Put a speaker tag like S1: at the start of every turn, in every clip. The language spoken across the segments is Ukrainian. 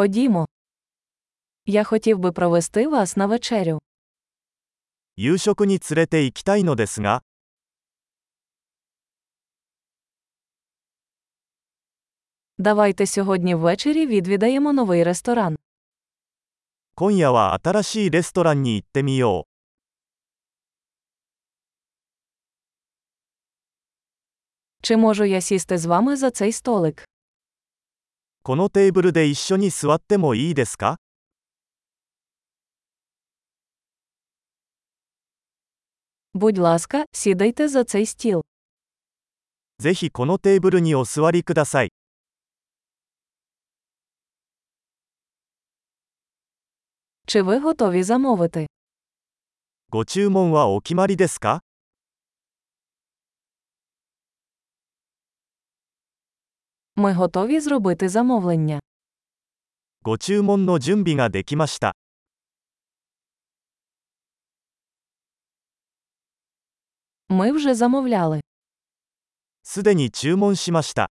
S1: Ходімо. Я хотів би провести вас на вечерю.
S2: 夕食に連れて行きたいのですが、
S1: Давайте сьогодні ввечері відвідаємо новий ресторан.
S2: 今夜は新しいレストランに行ってみよう。
S1: Чи можу я сісти з вами за цей столик?
S2: このテーブルで一緒に座ってもいいですか
S1: Будь ласка, сідайте за цей стіл.
S2: ぜひこのテーブルにお座りください。
S1: Чи ви готові замовити?
S2: ご注文はお決まりですか
S1: Ми готові зробити замовлення.
S2: ご注文の準備ができました。
S1: Ми вже замовляли.
S2: すでに注文しました。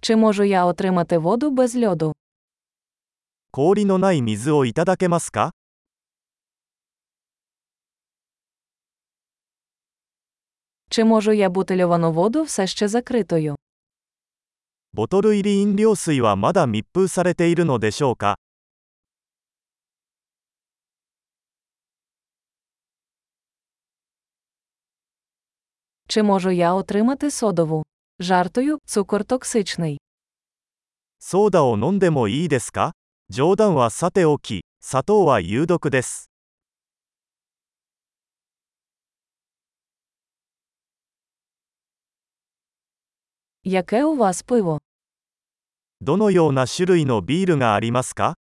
S1: Чи можу я отримати воду без льоду?
S2: 氷のない水をいただけますか
S1: Чи можу я бутильовану воду все ще закритою?
S2: ボトル入り飲料水はまだ密封されているのでしょうか
S1: Чи можу я отримати содову? Жартою, цукор токсичний.
S2: ソーダを飲んでもいいですか冗談はさておき、砂糖は有毒です。
S1: Яке у вас пиво?
S2: どのような種類のビールがありますか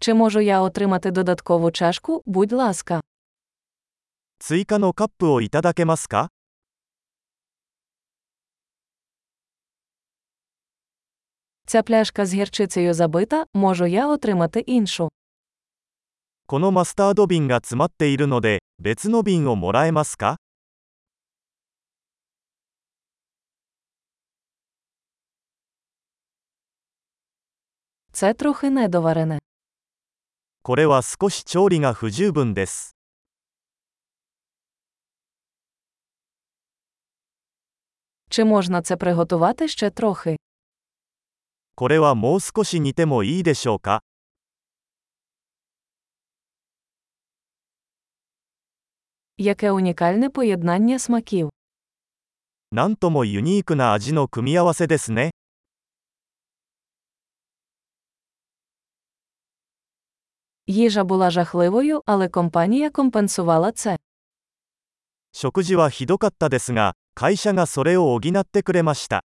S1: Чи можу я отримати додаткову чашку, будь ласка.
S2: 追加のカップをいただけますか
S1: Ця пляшка з гірчицею забита, можу я отримати іншу.
S2: このマスタード瓶が詰まっているので、別の瓶をもらえますか
S1: Це трохи недоварене.
S2: これは少し調理が不十分です。
S1: Чи можна це приготувати ще трохи?
S2: これはもう少し煮てもいいでしょうか
S1: Яке унікальне поєднання смаків.
S2: なんともユニークな味の組み合わせですね。
S1: Їжа була жахливою, але компанія компенсувала це.
S2: 食事はひどかったですが、会社がそれを補ってくれました。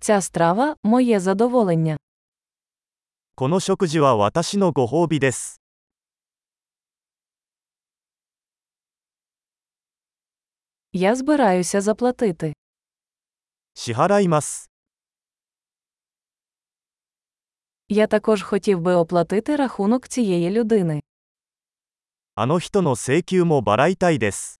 S1: Ця страва моє задоволення.
S2: この食事は私のご褒美です。
S1: Я збираюся заплатити.
S2: 支払います。
S1: Я також хотів би оплатити рахунок цієї людини.
S2: あの人の請求も払いたいです。